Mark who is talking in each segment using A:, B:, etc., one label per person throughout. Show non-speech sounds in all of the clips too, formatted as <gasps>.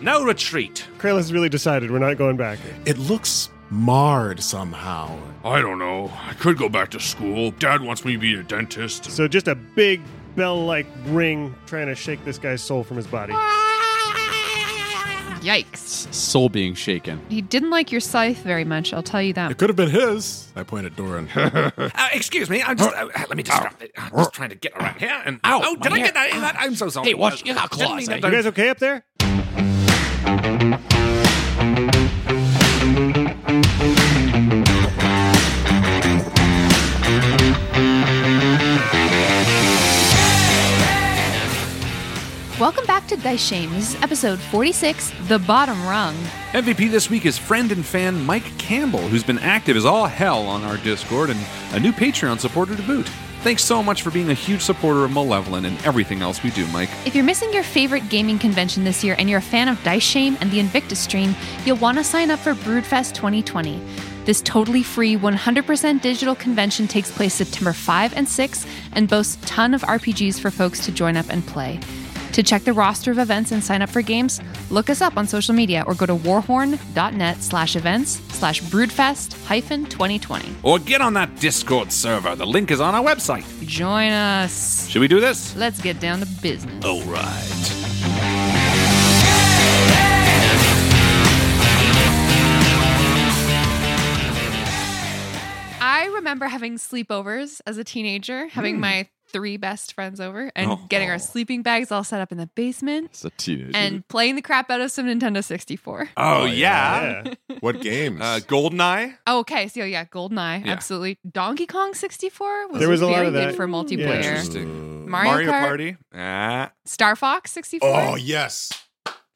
A: No retreat.
B: Kralis really decided we're not going back.
C: It looks marred somehow.
D: I don't know. I could go back to school. Dad wants me to be a dentist.
B: So just a big bell like ring trying to shake this guy's soul from his body.
E: Yikes.
F: Soul being shaken.
E: He didn't like your scythe very much, I'll tell you that.
C: It could have been his. I point
D: <laughs>
C: at Doran.
A: Uh, excuse me, I'm just. Uh, let me just stop. it. I'm just trying to get around here. And
F: Ow,
A: oh, did
F: my
A: I get
F: hair.
A: that? that? I'm so sorry.
F: Hey, watch- you got
A: Didn't mean
F: claws,
A: that-
F: eh?
B: You guys okay up there?
E: Welcome back to Dice Shame. This is episode 46, The Bottom Rung.
F: MVP this week is friend and fan Mike Campbell, who's been active as all hell on our Discord and a new Patreon supporter to boot. Thanks so much for being a huge supporter of Malevolent and everything else we do, Mike.
E: If you're missing your favorite gaming convention this year and you're a fan of Dice Shame and the Invictus stream, you'll want to sign up for Broodfest 2020. This totally free 100% digital convention takes place September 5 and 6 and boasts a ton of RPGs for folks to join up and play. To check the roster of events and sign up for games, look us up on social media or go to warhorn.net slash events slash broodfest hyphen 2020.
F: Or get on that Discord server. The link is on our website.
E: Join us.
F: Should we do this?
E: Let's get down to business.
F: All right.
E: I remember having sleepovers as a teenager,
G: Hmm.
E: having my three best friends over and
G: Oh.
E: getting our sleeping bags all set up in the basement
G: It's a teenager.
E: <laughs> and playing the crap out of some Nintendo 64.
F: Oh, yeah.
G: what games?
F: Uh, Goldeneye.
E: Oh, okay, so yeah, GoldenEye,
F: Yeah.
E: absolutely. Donkey Kong 64 was,
B: There was a lot
E: very
B: of that.
E: good for
G: Hmm,
E: multiplayer.
F: Interesting.
E: Mario Kart.
F: Party. Ah.
E: Star Fox 64,
G: oh yes,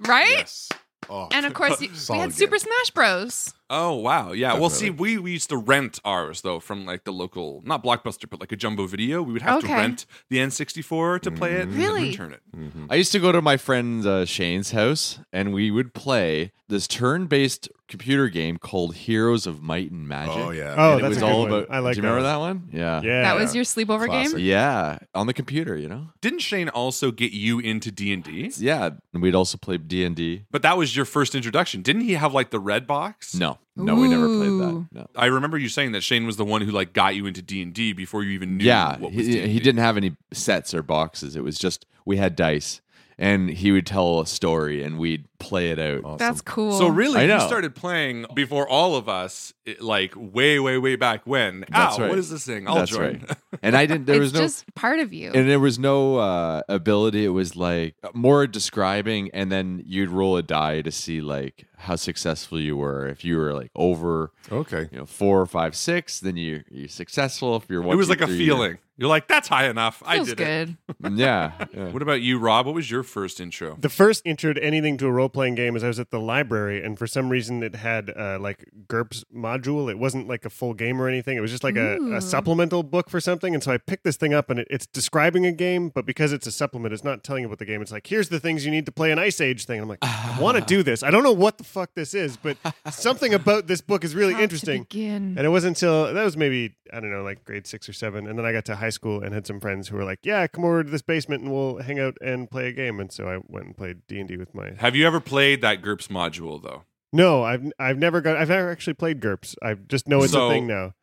E: right?
G: yes. Oh,
E: And of
B: <laughs>
E: course, you- we
G: Solid
E: had
G: game.
E: Super Smash Bros.
F: Oh wow, yeah. Well, see,
G: Definitely.
F: we, we used to rent ours though from like the local, not Blockbuster, but like a Jumbo Video. We would have
E: Okay. Mm-hmm.
F: to rent the N64 to play it, and then
E: Really?
F: return it.
G: Mhm. I used to go to my friend uh, Shane's house, and we would play this turn-based computer game called Heroes of Might and Magic.
C: Oh yeah.
B: Oh,
G: and it
B: that's
G: was
B: a good
G: all
B: one.
G: about.
B: I like
G: do you remember
B: that
G: that one? Yeah.
B: Yeah.
E: That was your sleepover game?
G: Classic. Yeah, on the computer, you know.
F: Didn't Shane also get you into D and D?
G: Yeah, and we'd also play D and D.
F: But that was your first introduction. Didn't he have like the red box?
G: No, no, we never played
E: Ooh.
G: that. No.
F: I remember you saying that Shane was the one who like got you into D and D before you even knew.
G: yeah,
F: what was
G: he,
F: D&D.
G: he didn't have any sets or boxes. It was just we had dice, and he would tell a story, and we'd play it
F: Oh.
G: out.
E: That's cool.
F: So really,
G: I
F: you
G: know.
F: started playing before all of us, it- like way, way, way back when.
G: That's
F: Ow,
G: right.
F: what is this thing? I'll
G: That's
F: join.
G: right. And I didn't. There
E: it's
G: was no.
E: just part of you.
G: and there was no uh, ability. It was like more describing, and then you'd roll a die to see like how successful you were. If you were like over,
C: Okay.
G: you know, four, five, six, then you you're successful. If you're one,
F: It was
G: two,
F: like a
G: three, you're-
F: feeling. You're like, that's high enough. I
E: Feels
F: did it.
E: good.
F: <laughs>
G: Yeah, yeah.
F: What about you, Rob? What was your first intro?
B: The first intro to anything to a role playing game is I was at the library, and for some reason it had uh, like GURPS module. It wasn't like a full game or anything. It was just like a,
E: Ooh.
B: a supplemental book for something. And so I picked this thing up, and it, it's describing a game, but because it's a supplement, it's not telling you about the game. It's like here's the things you need to play an Ice Age thing. And I'm like, I want to
E: <laughs>
B: do this. I don't know what the fuck this is, but something about this book is really
E: How to
B: interesting.
E: begin.
B: And it wasn't until that was maybe I don't know, like grade six or seven, and then I got to high school and had some friends who were like, "Yeah, come over to this basement and we'll hang out and play a game." And so I went and played D and D with my.
F: Have you ever played that GURPS module though?
B: No, I've I've never got I've never actually played GURPS. I just know it's
F: So-
B: a thing now.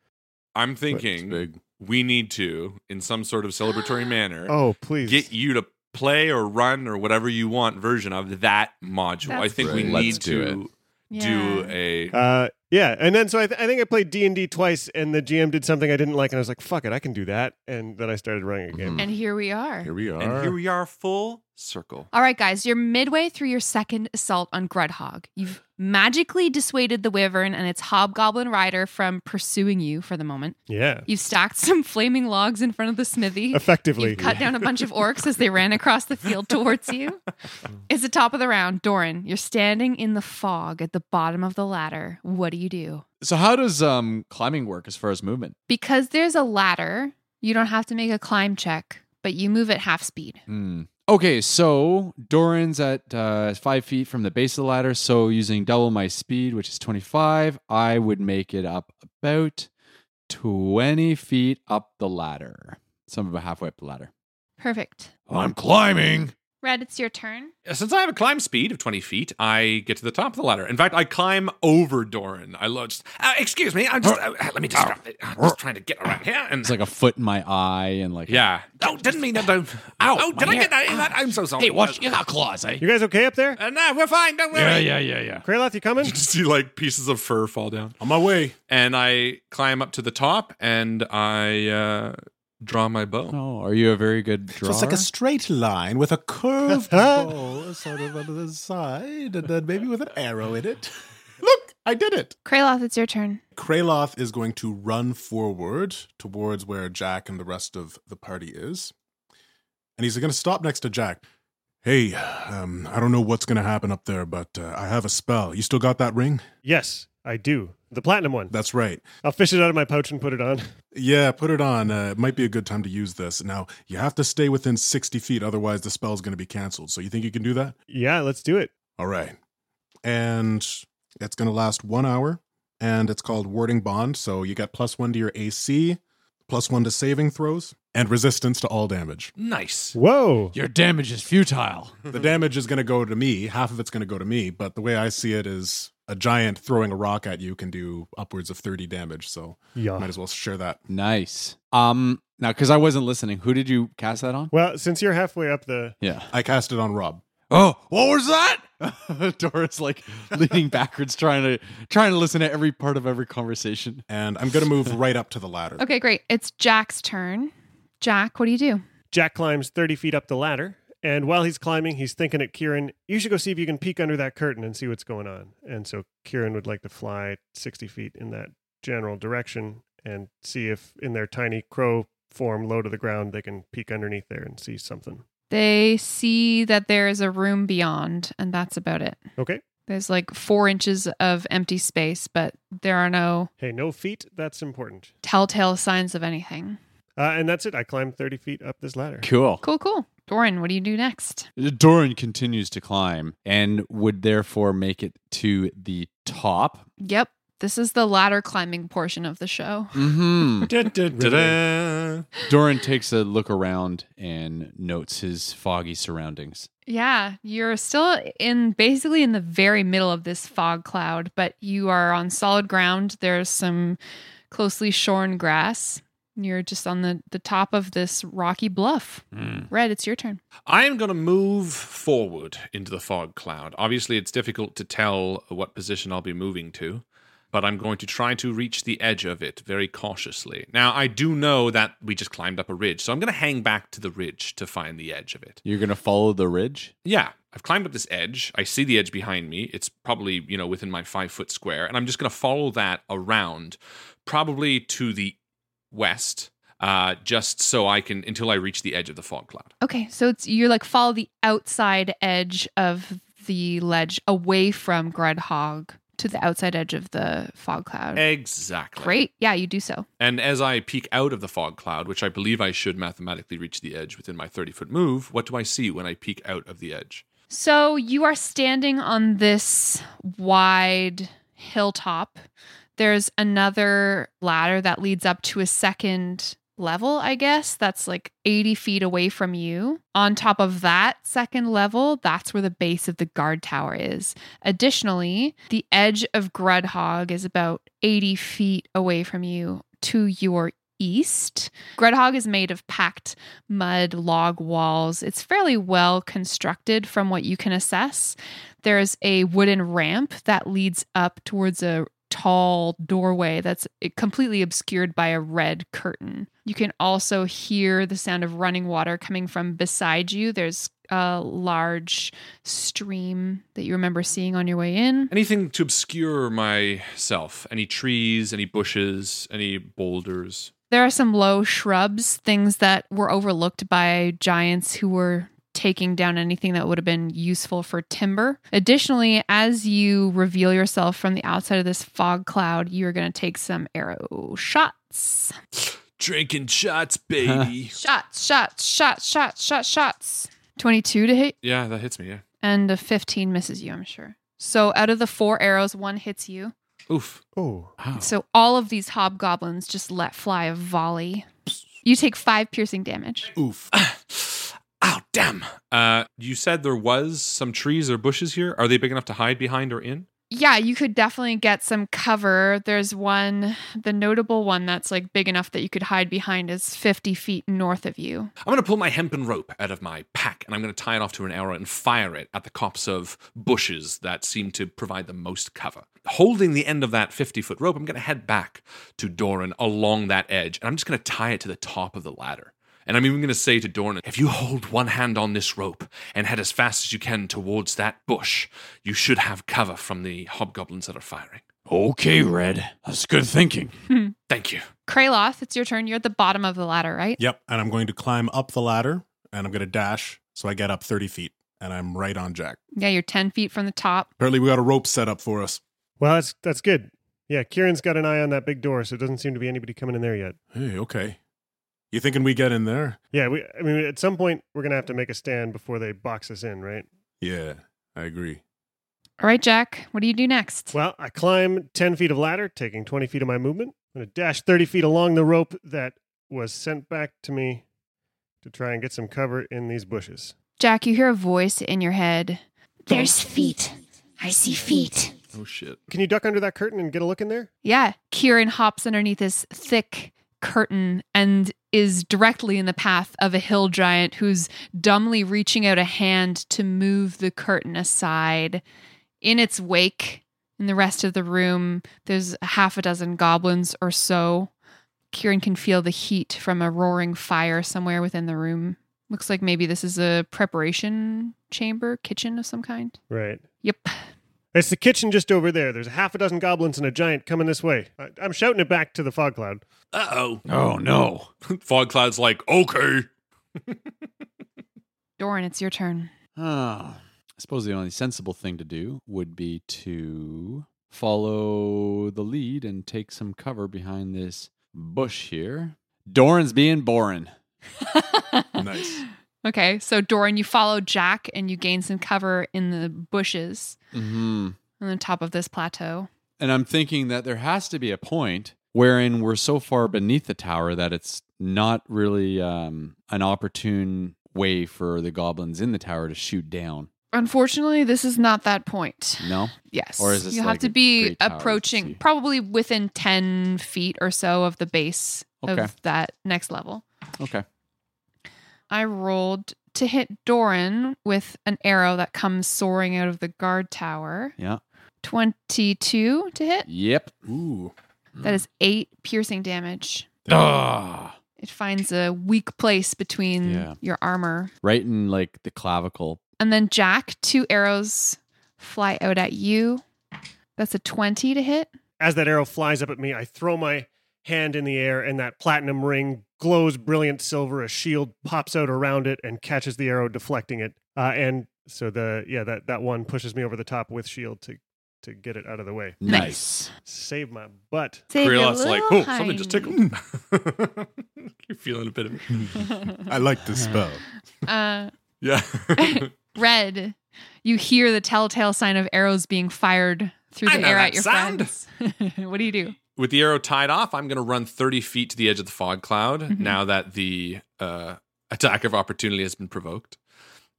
F: I'm thinking we need to, in some sort of
E: <gasps>
F: celebratory manner,
B: Oh please,
F: uh, get you to play or run or whatever you want version of that module. I
E: That's
F: think we
G: cool.
F: need
G: Let's do Ah,
F: to do, a.
B: Uh, yeah, and then so I, th- I think I played D and D twice, and the GM did something I didn't like, and I was like, "Fuck it, I can do that." And then I started running a game.
E: And here we are.
C: Here we are.
F: and here we are, full circle.
E: All right, guys, you're midway through your second assault on Grudhog. You've magically dissuaded the Wyvern and its hobgoblin rider from pursuing you for the moment.
F: Mm-hmm.
B: Yeah,
E: You've stacked some flaming logs in front of the
C: <laughs>
E: smithy.
B: effectively.
E: You've cut down a bunch of orcs as they ran across the field towards you. It's the top of the round. Doran, you're standing in the fog at the bottom of the ladder. What do you do?
G: So how does um climbing work as far as movement?
E: Because there's a ladder, you don't have to make a climb check, but you move at half speed.
G: Hmm. Okay, so Doran's at uh, five feet from the base of the ladder. So using double my speed, which is 25, I would make it up about 20 feet up the ladder. Some about halfway up the ladder.
E: Perfect.
C: I'm climbing.
E: Red, it's your turn.
F: Uh, Since I have a climb speed of 20 feet, I get to the top of the ladder. In fact, I climb over Doran. I love just, uh, excuse me, I'm just, uh, let me just, stop it. I'm just trying to get around here. And
G: It's like a foot in my eye and like. <laughs>
F: yeah. Oh, didn't mean that. Ow, oh, did I get that? in that? I'm so sorry.
G: You got claws, eh?
B: you guys okay up there?
F: Uh, no, we're fine. Don't worry.
G: yeah, yeah, yeah.
B: Kraloth, you coming?
F: <laughs> You just see like pieces of fur fall down.
C: On my way.
F: And I climb up to the top and I uh, draw my bow.
G: Oh, are you a very good drawer?
C: So it's like a straight line with a <laughs> curved bowl sort of on the side, and then maybe with an arrow in it. <laughs> Look, I did it.
E: Kraloth, it's your turn.
C: Kraloth is going to run forward towards where Jack and the rest of the party is. And he's going to stop next to Jack. Hey, um, I don't know what's going to happen up there, but uh, I have a spell. You still got that ring?
B: Yes, I do. The platinum one.
C: That's right.
B: I'll fish it out of my pouch and put it on.
C: Yeah, put it on. Uh, it might be a good time to use this. Now, you have to stay within 60 feet, otherwise, the spell's going to be canceled. So, you think you can do that?
B: Yeah, let's do it.
C: All right. And it's going to last one hour. And it's called Warding Bond. So you get plus one to your AC, plus one to saving throws, and resistance to all damage.
F: Nice.
B: Whoa.
G: Your damage is futile.
C: the damage is going to go to me. Half of it's going to go to me. But the way I see it is a giant throwing a rock at you can do upwards of 30 damage. So
B: Yeah.
C: might as well share that.
G: <laughs> Nice. Um, now, because I wasn't listening, who did you cast that on?
B: Well, since you're halfway up the
G: Yeah.
C: I cast it on Rob.
G: Oh, what was that? <laughs> Dora's like leaning backwards, trying to trying to listen to every part of every conversation.
C: And I'm going to move right up to the ladder.
E: Okay, great. It's Jack's turn. Jack, what do you do?
B: Jack climbs 30 feet up the ladder, and while he's climbing, he's thinking at Kieran, you should go see if you can peek under that curtain and see what's going on. And so Kieran would like to fly 60 feet in that general direction and see if in their tiny crow form low to the ground they can peek underneath there and see something.
E: They see that there is a room beyond, and that's about it.
B: Okay.
E: There's like four inches of empty space, but there are no
B: Hey, no feet, that's important.
E: telltale signs of anything.
B: Uh, and that's it. I climbed 30 feet up this ladder.
G: Cool.
E: Cool, cool. Doran, what do you do next?
G: Doran continues to climb and would therefore make it to the top.
E: Yep. This is the ladder climbing portion of the show.
G: Mm-hmm. <laughs>
F: Ta-da.
G: Doran takes a look around and notes his foggy surroundings.
E: Yeah, you're still in basically in the very middle of this fog cloud, but you are on solid ground. There's some closely shorn grass. You're just on the, the top of this rocky bluff.
F: Mm.
E: Red, it's your turn.
F: I am going to move forward into the fog cloud. Obviously, it's difficult to tell what position I'll be moving to, but I'm going to try to reach the edge of it very cautiously. Now, I do know that we just climbed up a ridge, so I'm going to hang back to the ridge to find the edge of it.
G: You're going to follow the ridge?
F: Yeah, I've climbed up this edge. I see the edge behind me. It's probably, you know, within my five foot square, and I'm just going to follow that around, probably to the west. Uh, just so I can until I reach the edge of the fog cloud.
E: Okay, so it's you're like follow the outside edge of the ledge away from Grudhog to the outside edge of the fog cloud.
F: Exactly.
E: Great. Yeah, you do so.
F: And as I peek out of the fog cloud, which I believe I should mathematically reach the edge within my 30 foot move, what do I see when I peek out of the edge?
E: So you are standing on this wide hilltop. There's another ladder that leads up to a second level, I guess, that's like 80 feet away from you. On top of that second level, that's where the base of the guard tower is. Additionally, the edge of Grudhog is about 80 feet away from you to your east. Grudhog is made of packed mud log walls. It's fairly well constructed from what you can assess. There's a wooden ramp that leads up towards a tall doorway that's completely obscured by a red curtain. You can also hear the sound of running water coming from beside you. There's a large stream that you remember seeing on your way in.
F: Anything to obscure myself? Any trees, any bushes, any boulders?
E: There are some low shrubs, things that were overlooked by giants who were taking down anything that would have been useful for timber. Additionally, as you reveal yourself from the outside of this fog cloud, you're going to take some arrow shots.
F: Drinking shots, baby.
E: Shots, shots, shots, shots, shots, shots. 22 to hit
F: yeah, that hits me, yeah.
E: and a 15 misses you, I'm sure. So out of the four arrows, one hits you.
F: Oof. <clears throat>
B: Oh,
F: Wow.
E: So all of these hobgoblins just let fly a volley. You take five piercing damage.
C: Oof.
F: Ow, damn. Uh, you said there was some trees or bushes here. Are they big enough to hide behind or in?
E: Yeah, you could definitely get some cover. There's one, the notable one that's like big enough that you could hide behind is 50 feet north of you.
F: I'm going to pull my hempen rope out of my pack and I'm going to tie it off to an arrow and fire it at the copse of bushes that seem to provide the most cover. Holding the end of that 50 foot rope, I'm going to head back to Doran along that edge and I'm just going to tie it to the top of the ladder. And I'm even going to say to Doran, if you hold one hand on this rope and head as fast as you can towards that bush, you should have cover from the hobgoblins that are firing.
G: Okay, Red. That's good thinking.
F: Thank you.
E: Kraloth, it's your turn. You're at the bottom of the ladder, right?
C: Yep. And I'm going to climb up the ladder and I'm going to dash. So I get up 30 feet and I'm right on Jack.
E: Yeah, you're 10 feet from the top.
C: Apparently, we got a rope set up for us.
B: well, that's that's good. Yeah, Kieran's got an eye on that big door, so it doesn't seem to be anybody coming in there yet.
C: Hey, okay. You thinking we get in there?
B: Yeah, we. I mean, at some point we're gonna have to make a stand before they box us in, right?
C: Yeah, I agree.
E: All right, Jack, what do you do next?
B: Well, I climb 10 feet of ladder, taking 20 feet of my movement. I'm going to dash 30 feet along the rope that was sent back to me to try and get some cover in these bushes.
E: Jack, you hear a voice in your head.
H: There's feet. I see feet.
F: Oh, shit.
B: Can you duck under that curtain and get a look in there?
E: Yeah, Kieran hops underneath this thick curtain and is directly in the path of a hill giant who's dumbly reaching out a hand to move the curtain aside. In its wake, in the rest of the room, there's a half a dozen goblins or so. Kieran can feel the heat from a roaring fire somewhere within the room. Looks like maybe this is a preparation chamber, kitchen of some kind.
B: Right.
E: Yep.
B: It's the kitchen just over there. There's a half a dozen goblins and a giant coming this way. I, I'm shouting it back to the fog cloud.
F: Uh oh.
G: Oh, no.
F: Fog Cloud's like, okay.
E: Doran, it's your turn.
G: Ah, I suppose the only sensible thing to do would be to follow the lead and take some cover behind this bush here. Doran's being boring.
C: Nice.
E: Okay, so Doran, you follow Jack and you gain some cover in the bushes
G: Mm-hmm.
E: on the top of this plateau.
G: And I'm thinking that there has to be a point wherein we're so far beneath the tower that it's not really um, an opportune way for the goblins in the tower to shoot down.
E: Unfortunately, this is not that point.
G: No?
E: Yes.
G: Or is this
E: you
G: like
E: have to
G: a
E: be
G: great tower to
E: approaching
G: see?
E: probably within 10 feet or so of the base
G: Okay.
E: of that next level.
G: Okay.
E: I rolled to hit Doran with an arrow that comes soaring out of the guard tower.
G: Yeah.
E: 22 to hit.
G: Yep.
C: Ooh.
E: That
G: Mm.
E: is eight piercing damage.
G: Ah.
E: It finds a weak place between
G: Yeah.
E: your armor.
G: Right in like the clavicle.
E: And then Jack, two arrows fly out at you. That's a 20 to hit.
B: As that arrow flies up at me, I throw my hand in the air, and that platinum ring glows brilliant silver. A shield pops out around it and catches the arrow, deflecting it. Uh, and so the yeah that that one pushes me over the top with shield to to get it out of the way.
G: Nice.
B: Save my butt.
E: Save your
F: Kriloth's like,
E: little
F: oh, something just
E: hind."
F: tickled. <laughs> You're feeling a bit of
C: I like this spell.
E: Uh,
F: Yeah. <laughs>
E: red, you hear the telltale sign of arrows being fired through
F: I
E: the
F: know
E: air
F: that
E: at your
F: sound.
E: friends. <laughs> what do you do?
F: With the arrow tied off, I'm going to run 30 feet to the edge of the fog cloud
E: Mhm.
F: now that the uh, attack of opportunity has been provoked.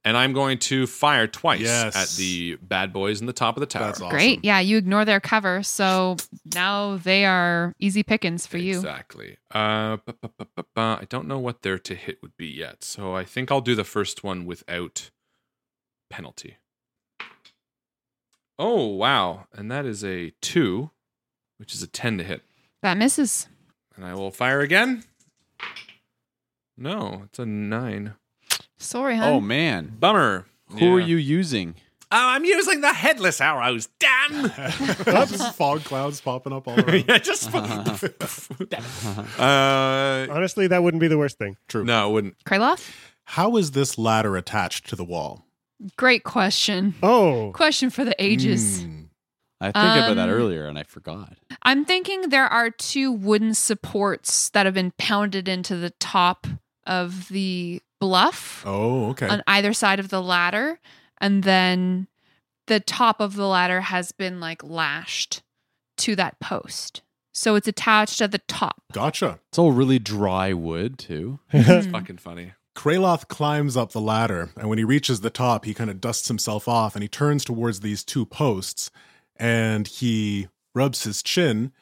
F: And I'm going to fire twice
C: Yes.
F: at the bad boys in the top of the tower.
C: That's awesome.
E: Great. Yeah, you ignore their cover, so now they are easy pickings for you.
F: Exactly. Uh, bu- bu- bu- bu- bu- I don't know what their to hit would be yet, so I think I'll do the first one without penalty. Oh wow! And that is a two, which is a ten to hit.
E: That misses.
F: And I will fire again. No, it's a nine.
E: Sorry, hon.
G: Oh man.
F: Bummer.
G: Who are
F: Yeah.
G: you using?
F: Oh, I'm using the headless arrows. Damn.
C: Just fog clouds popping up all around.
F: <laughs> yeah, <laughs> just. <laughs> uh,
B: Honestly, that wouldn't be the worst thing.
C: True.
F: no, it wouldn't.
E: Kraloth?
C: How is this ladder attached to the wall?
E: Great question.
B: Oh,
E: Question for the
F: Hmm.
E: ages.
C: Mm.
G: I think about that
E: Um,
G: earlier and I forgot.
E: I'm thinking there are two wooden supports that have been pounded into the top of the bluff
C: Oh, okay.
E: on either side of the ladder. And then the top of the ladder has been like lashed to that post. So it's attached at the top.
C: <laughs>
E: Hmm.
C: gotcha.
G: It's all really dry
C: <laughs>
G: wood too.
F: It's fucking funny.
C: Kraloth climbs up the ladder, and when he reaches the top, he kind of dusts himself off and he turns towards these two posts and he rubs his chin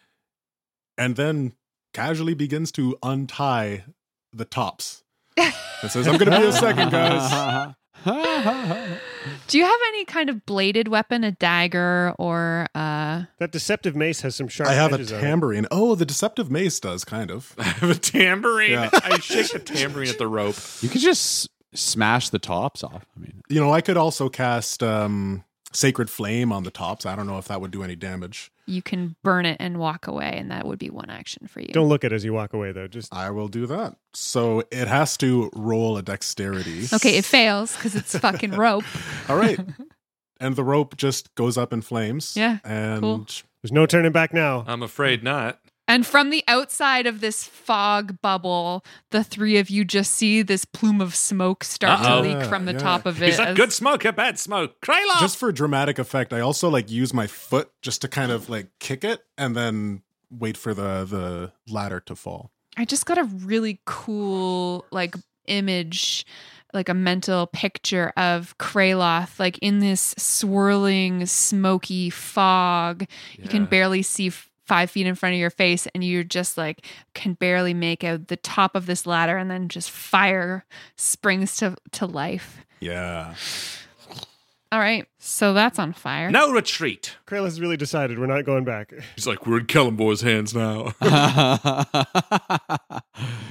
C: and then casually begins to untie the tops. And says, I'm going to be a second, guys.
G: guys.
E: Do you have any kind of bladed weapon, a dagger or uh
B: that deceptive mace has some sharp.
C: I have a
B: edges on it.
C: tambourine. Oh, the deceptive mace does, kind of.
F: I <laughs> have a tambourine.
C: Yeah.
F: I shake the tambourine at the rope.
G: <laughs> you could just s- smash the tops off. I mean, <laughs>
C: You know, I could also cast um, Sacred Flame on the tops. I don't know if that would do any damage.
E: you can burn it and walk away and that would be one action for you.
B: Don't look at it as you walk away, though. Just
C: I will do that. So it has to roll a dexterity.
E: Okay, it fails because it's fucking rope.
C: All right. And the rope just goes up in flames.
E: Yeah,
C: And
E: cool.
B: there's no turning back now.
F: I'm afraid not.
E: And from the outside of this fog bubble, the three of you just see this plume of smoke start
F: Uh-oh.
E: to leak from the
C: Yeah,
E: top of it.
F: Is that
E: as-
F: good smoke or bad smoke? Krylov!
C: just for dramatic effect, I also like use my foot just to kind of like kick it and then wait for the the ladder to fall.
E: I just got a really cool like image, like a mental picture of Kraloth, like in this swirling, smoky fog. You can
F: Yeah.
E: barely see f- five feet in front of your face, and you're just like can barely make out the top of this ladder, and then just fire springs to to life.
C: Yeah.
E: All right, so that's on fire.
F: No retreat.
B: Kralos has really decided we're not going back. <laughs>
F: He's like, we're in Kellenboy's hands now.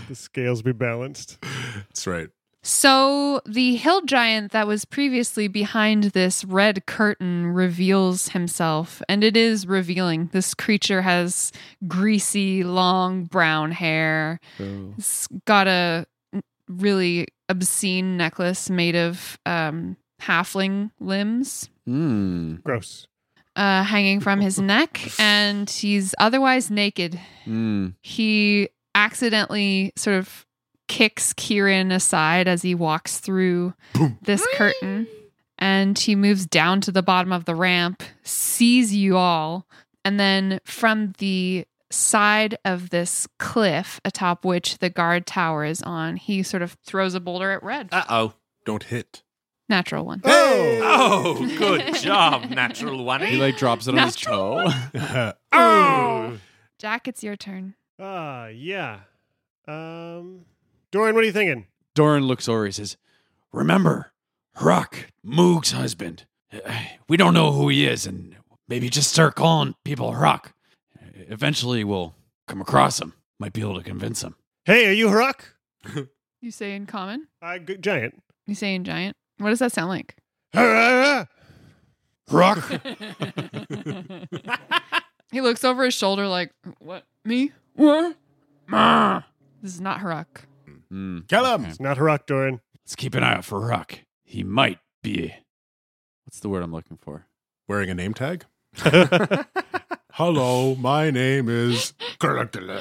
B: the scales be balanced.
C: <laughs> That's right.
E: So the hill giant that was previously behind this red curtain reveals himself, and it is revealing. This creature has greasy, long brown hair.
G: Oh.
E: It's got a really obscene necklace made of um, halfling limbs
G: Mm.
B: Gross.
E: uh, hanging from his neck, and he's otherwise naked.
G: Mm.
E: he accidentally sort of kicks Kieran aside as he walks through this curtain and he moves down to the bottom of the ramp, sees you all, and then from the side of this cliff atop which the guard tower is on, he sort of throws a boulder at Red.
F: Uh oh.
C: Don't hit.
E: Natural one.
F: Oh, good job, natural one.
G: He like drops it on his toe.
C: Oh.
F: oh!
C: <laughs>
E: Jack, it's your turn.
B: Ah, yeah. Um, Doran, what are you thinking?
G: <laughs> Doran looks over. He says, Remember, Hrock, Moog's husband. <sighs> We don't know who he is, and maybe just start calling people Hrock. Eventually, we'll come across him. Might be able to convince him.
B: Hey, are you Hrock?
E: You say in common?
B: Uh, g- giant.
E: You say in giant? What does that sound like?
G: Hrock?
E: He looks over his shoulder like, what? Me? What? Ma. This is not Harak.
G: Kill him.
B: It's not Harak, Doran.
G: Let's keep an eye out for Hrock. He might be. What's the word I'm looking for?
C: Wearing a name
F: <laughs>
C: tag? Hello, my name is.
F: <laughs>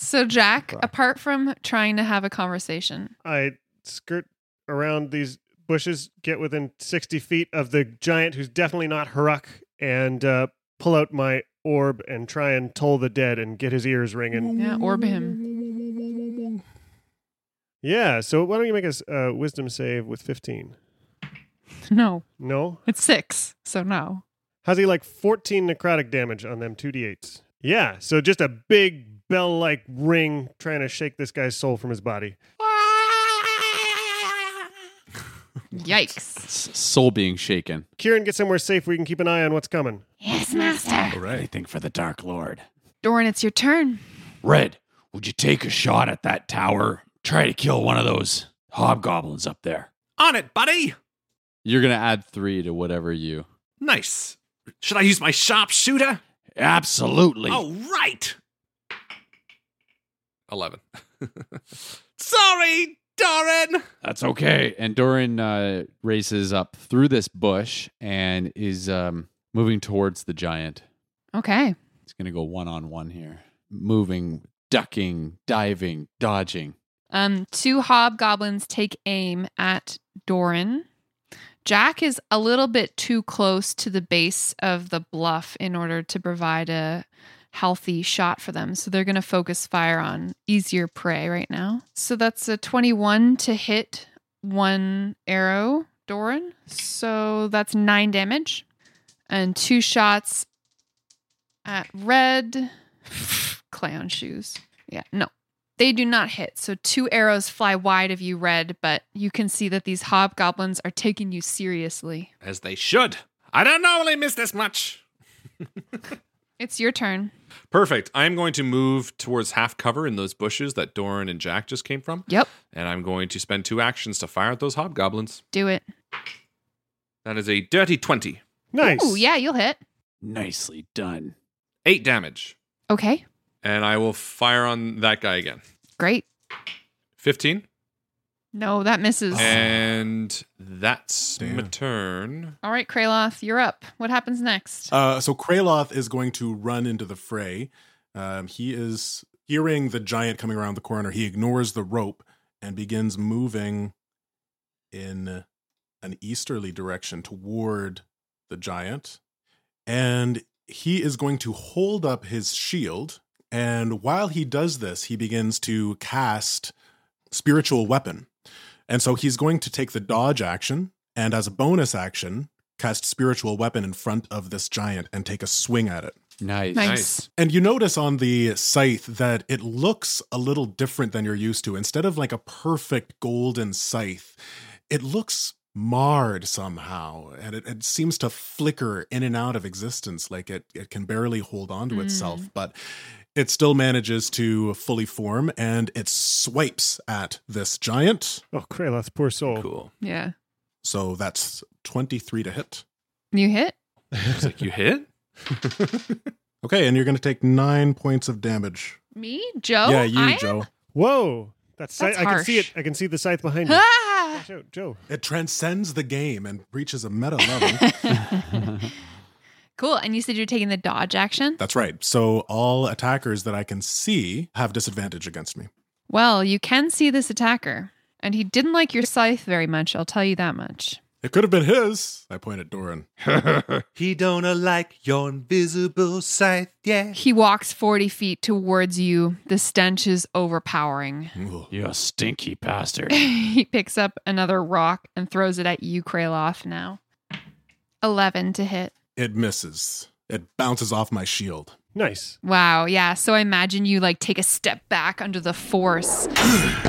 E: So, Jack, apart from trying to have a conversation,
B: I skirt around these bushes, get within 60 feet of the giant who's definitely not Haruk, and uh, pull out my orb and try and toll the dead and get his ears ringing.
E: yeah, orb him. <laughs>
B: Yeah, so why don't you make us uh, wisdom save with 15?
E: No,
B: No?
E: it's six. So, no.
B: How's he like 14 necrotic damage on them 2d8s? Yeah, so just a big bell like ring trying to shake this guy's soul from his body.
E: Yikes.
G: S- soul being shaken.
B: Kieran, get somewhere safe where you can keep an eye on what's coming.
H: Yes, master.
G: All right. Anything for the Dark Lord.
E: Doran, it's your turn.
G: Red, would you take a shot at that tower? Try to kill one of those hobgoblins up there.
F: On it, buddy.
G: You're going to add three to whatever you.
F: Nice. Should I use my sharpshooter?
G: Absolutely.
F: All right. 11. <laughs> Sorry, Doran.
G: That's okay. And Doran uh, races up through this bush and is um, moving towards the giant.
E: Okay.
G: He's going to go one on one here. Moving, ducking, diving, dodging.
E: Um, two hobgoblins take aim at Doran. Jack is a little bit too close to the base of the bluff in order to provide a healthy shot for them. So they're going to focus fire on easier prey right now. So that's a 21 to hit one arrow, Doran. So that's nine damage and two shots at red <laughs> clown shoes. Yeah, no. They do not hit, so two arrows fly wide of you, Red, but you can see that these hobgoblins are taking you seriously.
F: As they should. I don't normally miss this much.
E: It's your turn.
F: Perfect. I'm going to move towards half cover in those bushes that Doran and Jack just came from.
E: Yep.
F: And I'm going to spend two actions to fire at those hobgoblins.
E: Do it.
F: That is a dirty 20.
B: Nice.
E: Oh, yeah, you'll hit.
G: Nicely done.
F: Eight damage.
E: Okay,
F: And I will fire on that guy again.
E: great.
F: 15. <sighs>
E: No, that misses.
C: Eh.
F: And that's
C: Damn.
F: my turn.
E: All right, Kraloth, you're up. What happens next?
C: Uh, so Kraloth is going to run into the fray. Um, he is hearing the giant coming around the corner. He ignores the rope and begins moving in an easterly direction toward the giant. And he is going to hold up his shield. And while he does this, he begins to cast spiritual weapon. And so he's going to take the dodge action and as a bonus action, cast spiritual weapon in front of this giant and take a swing at it.
G: Nice.
E: Nice.
C: And you notice on the scythe that it looks a little different than you're used to. Instead of like a perfect golden scythe, it looks marred somehow and it, it seems to flicker in and out of existence like it, it can barely hold on to
E: Mm,
C: itself but it still manages to fully form and it swipes at this giant
B: Oh, Kraloth, poor soul.
F: Cool.
E: Yeah.
C: so that's 23 to hit
E: You hit?
F: It's like, you
B: <laughs>
F: hit?
C: Okay, and you're going to take nine points of damage.
E: Me? Joe?
C: yeah, you,
E: I am?
C: Joe.
B: Whoa. That's, scythe.
E: That's
B: I can see
E: harsh.
B: it. I can see the scythe behind you.
E: Ah!
B: Joe, Joe.
C: It transcends the game and reaches a meta level.
E: <laughs> cool. And you said you're taking the dodge action?
C: That's right. So all attackers that I can see have disadvantage against me.
E: Well, you can see this attacker, and he didn't like your scythe very much, I'll tell you that much.
C: It could have been his. I point at Doran.
F: He don't like your invisible scythe, yeah.
E: He walks 40 feet towards you. The stench is overpowering. <laughs>
C: Ugh.
G: You stinky bastard.
E: he picks up another rock and throws it at you, Kraloth, now. 11 to hit.
C: It misses. It bounces off my shield.
B: Nice.
E: Wow, yeah. So I imagine you like take a step back under
H: <sighs>
E: the force,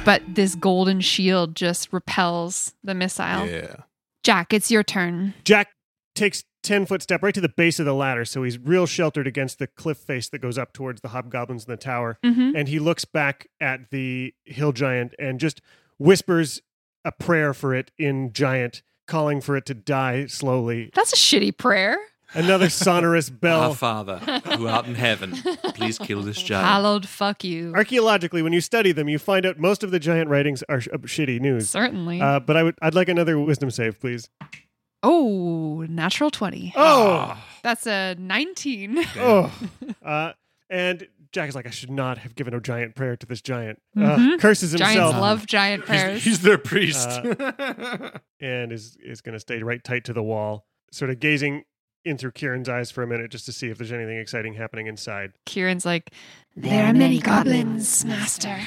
E: but this golden shield just repels the missile.
C: Yeah.
E: Jack, it's your turn.
B: Jack takes 10 foot step right to the base of the ladder, so he's real sheltered against the cliff face that goes up towards the hobgoblins in the tower.
E: Mhm.
B: And he looks back at the hill giant and just whispers a prayer for it in giant, calling for it to die slowly.
E: That's a shitty prayer.
B: Another sonorous
F: Our
B: bell.
F: Father, who art in
B: <laughs>
F: heaven, please kill this
H: Uh,
F: giant.
E: Hallowed fuck you.
B: Archaeologically, when you study them, you find out most of the giant writings are sh- uh, shitty news.
E: Certainly.
B: Uh, but I would, I'd like another wisdom save, please.
E: oh, natural 20.
B: Oh,
E: That's a 19.
B: Oh. <laughs> Uh, and Jack is like, I should not have given a giant prayer to this giant. Uh,
E: Mhm.
B: curses himself.
E: Giants love giant
B: Ah.
E: prayers.
F: their priest.
B: Uh, <laughs> and is, is going to stay right tight to the wall, sort of gazing in through Kieran's eyes for a minute just to see if there's anything exciting happening inside.
E: Kieran's like,
H: There are many goblins, master.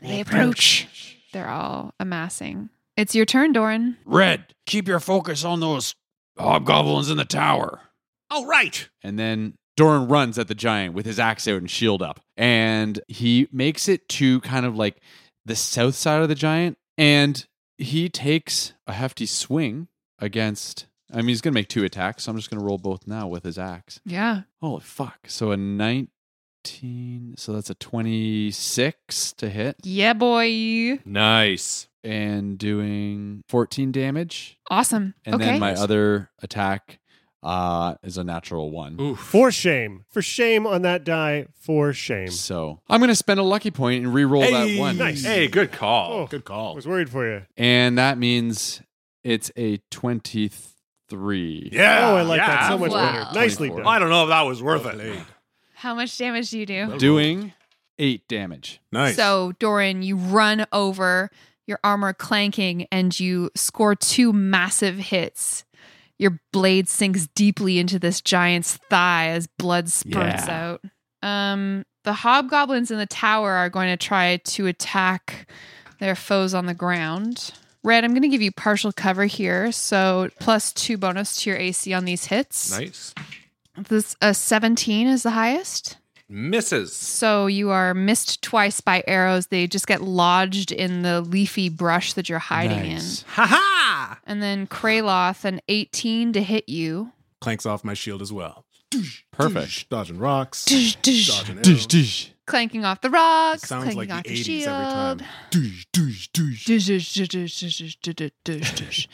H: They approach.
E: They're all amassing. It's your turn, Doran.
G: Red, keep your focus on those hobgoblins in the tower.
F: All right.
G: And then Doran runs at the giant with his axe out and shield up. And he makes it to kind of like the south side of the giant. And he takes a hefty swing against. I mean, he's going to make two attacks. So I'm just going to roll both now with his axe.
E: Yeah.
G: Holy fuck. So a 19. So that's a 26 to hit.
E: Yeah, boy.
F: Nice.
G: And doing 14 damage.
E: Awesome.
G: And
E: okay.
G: then my other attack uh, is a natural one.
B: For shame. For shame on that die. For shame.
G: So I'm going to spend a lucky point and re-roll that one.
B: Nice.
F: Hey, good call.
B: Oh,
C: Good call.
B: was worried for you.
G: And that means it's a 23.
F: Yeah.
B: oh, I like that
F: Ah, yeah.
B: so much
E: Wow.
B: better. Nicely
G: 24.
B: done.
F: I don't know if that was worth it.
E: How much damage do you do?
G: Doing eight damage.
C: Nice.
E: So, Doran, you run over, your armor clanking, and you score two massive hits. Your blade sinks deeply into this giant's thigh as blood spurts
G: Yeah.
E: out. Um, the hobgoblins in the tower are going to try to attack their foes on the ground. Red, I'm going to give you partial cover here. So, plus two bonus to your AC on these hits.
F: Nice.
E: This a 17 is the highest.
F: Misses.
E: So you are missed twice by arrows. They just get lodged in the leafy brush that you're hiding
G: Nice.
E: in.
F: Ha ha.
E: And then Kraloth, an 18 to hit you.
C: Clanks off my shield as well.
G: Perfect.
C: Dodging rocks.
E: Dish, dish.
C: Dodging
G: Dish,
C: arrows.
G: dish.
E: Clanking off the rocks,
C: Sounds
E: clanking
C: like the
E: off your
C: 80s
E: shield.
C: every time. Doosh, doosh, doosh.
E: Dish, dish, dish, dish, dish, dish, dish, dish, dish.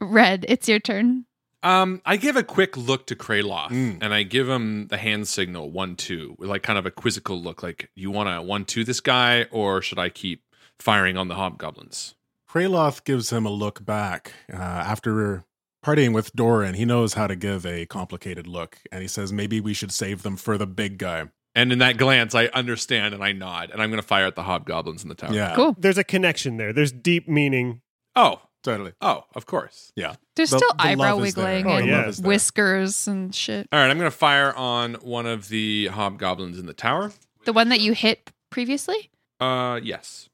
E: Red, it's your turn.
F: Um, I give a quick look to Kraloth
C: Mm.
F: and I give him the hand signal one two, with like kind of a quizzical look, like you want to one two this guy, or should I keep firing on the hobgoblins?
C: Kraloth gives him a look back. Uh, after partying with Doran, he knows how to give a complicated look, and he says maybe we should save them for the big guy.
F: And in that glance, I understand and I nod, and I'm going to fire at the hobgoblins in the tower.
C: Yeah,
E: Cool.
B: There's a connection there. There's deep meaning.
F: Oh,
C: totally.
F: oh, of course.
E: There's
C: The-
E: still
C: the
E: eyebrow
C: love is there.
E: wiggling
B: Oh,
E: and
B: yeah.
C: love is there.
E: whiskers and shit.
F: All right, I'm going to fire on one of the hobgoblins in the tower.
E: The one that you hit previously?
F: Uh, yes.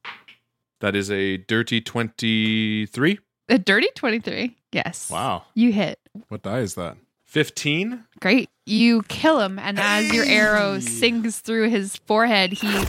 F: That is a dirty 23.
E: A dirty 23. Yes.
C: Wow,
E: You hit.
C: what die is that?
F: 15.
E: Great. You kill him, and as your arrow sings through his forehead, he <laughs>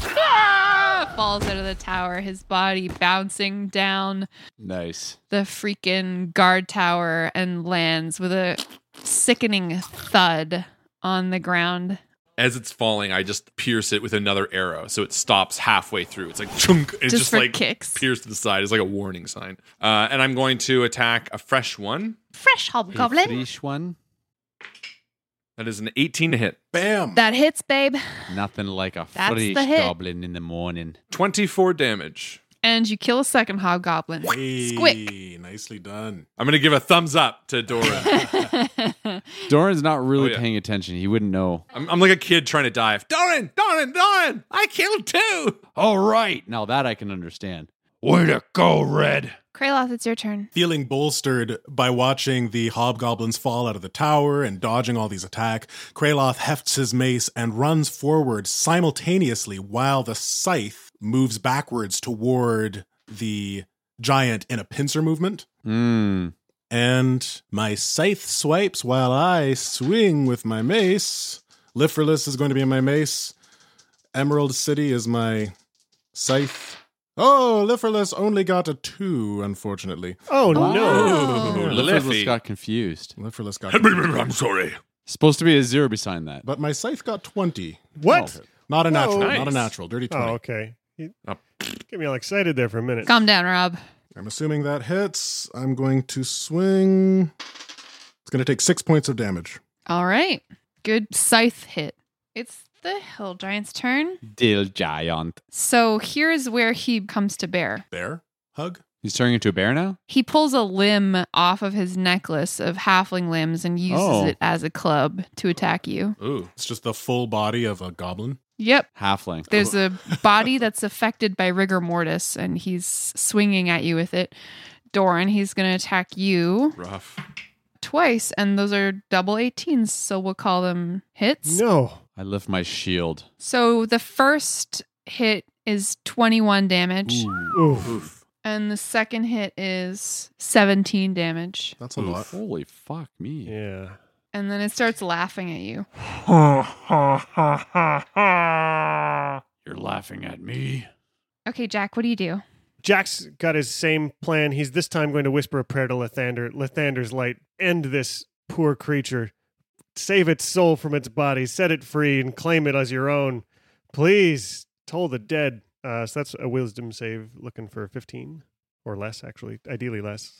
E: falls out of the tower, his body bouncing down
G: Nice.
E: the freaking guard tower and lands with a sickening thud on the ground.
F: As it's falling, I just pierce it with another arrow. So it stops halfway through. It's like chunk. It's
E: Just
F: just,
E: for
F: like
E: kicks.
F: pierced to the side. It's like a warning sign. Uh, and I'm going to attack a fresh one.
E: Fresh hobgoblin.
G: Fresh one.
F: That is an 18 to hit.
C: Bam!
E: That hits, babe.
G: Nothing like a
E: That's the
G: fresh
E: hit.
G: goblin in the morning.
F: 24 damage.
E: And you kill a second hobgoblin.
C: Hey,
E: Squick. <laughs>
C: Nicely done.
F: I'm going to give a thumbs up to Dora.
G: Doran's not really
F: Oh, yeah.
G: paying attention. He wouldn't know.
F: I'm, I'm like a kid trying to dive. Doran, Doran, Doran, I killed two.
G: All right. Now that I can understand.
D: Way to go, Red.
E: Kraloth, it's your turn.
C: Feeling bolstered by watching the hobgoblins fall out of the tower and dodging all these attack, Kraloth hefts his mace and runs forward simultaneously while the scythe moves backwards toward the giant in a pincer movement.
G: Mm.
C: And my scythe swipes while I swing with my mace, Liferless is going to be my mace. Emerald City is my scythe. Oh, Liferless only got a two, unfortunately.
B: Oh, no.
G: Oh, <laughs> Liffy got confused.
C: Liferless got
D: I'm sorry.
G: Supposed to be a zero beside that.
C: But my scythe got 20.
B: What?
C: Not a
B: Whoa.
C: natural. Not a natural. Dirty 20.
B: Oh, okay. You
F: Oh.
B: get me all excited there for a minute.
E: Calm down, Rob.
C: I'm assuming that hits. I'm going to swing. It's going to take six points of damage.
E: All right. Good scythe hit. It's the hill giant's turn.
G: Dill giant.
E: So here's where he comes to bear.
C: Bear? Hug?
G: He's turning into a bear now?
E: He pulls a limb off of his necklace of halfling limbs and uses
G: Oh.
E: it as a club to attack you.
F: Ooh.
C: It's just the full body of a goblin.
E: Yep.
G: Halfling.
E: There's a body that's affected by rigor mortis, and he's swinging at you with it. Doran, he's going to attack you
F: Rough.
E: twice, and those are double 18s, so we'll call them hits.
B: No.
G: I lift my shield.
E: So the first hit is 21 damage,
B: Oof.
F: Oof.
E: and the second hit is 17 damage.
C: That's a
G: Oof.
C: lot.
G: Holy fuck me.
B: Yeah.
E: And then it starts laughing at you.
G: You're laughing at me.
E: Okay, Jack, what do you do?
B: Jack's got his same plan. He's this time going to whisper a prayer to Lathander. Lathander's light, end this poor creature. Save its soul from its body, set it free, and claim it as your own. Please, toll the dead. Uh, so that's a wisdom save looking for 15 or less, actually. Ideally less.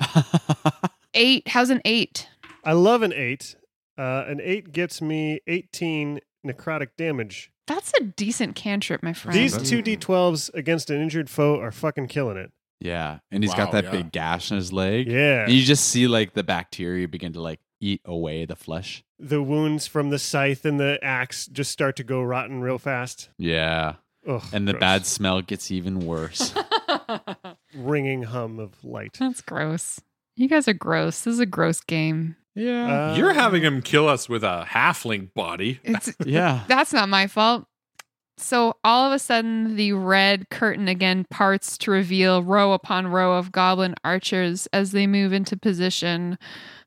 E: Eight. How's an eight?
B: I love an 8. Uh, an 8 gets me 18 necrotic damage.
E: That's a decent cantrip, my friend. <laughs>
B: These
C: Right.
B: two d12s against an injured foe are fucking killing it.
G: yeah. And he's got
C: Wow,
G: that
C: yeah.
G: big gash in his leg.
B: Yeah.
G: And you just see like the bacteria begin to like eat away the flesh.
B: the wounds from the scythe and the axe just start to go rotten real fast.
G: Yeah.
B: Ugh,
G: And the
B: gross.
G: bad smell gets even worse. <laughs>
B: ringing hum of light.
E: That's gross. You guys are gross. This is a gross game.
G: yeah.
B: Uh,
F: You're having him kill us with a halfling body.
E: It's
B: <laughs>
G: yeah.
E: that's not my fault. So all of a sudden the red curtain again parts to reveal row upon row of goblin archers as they move into position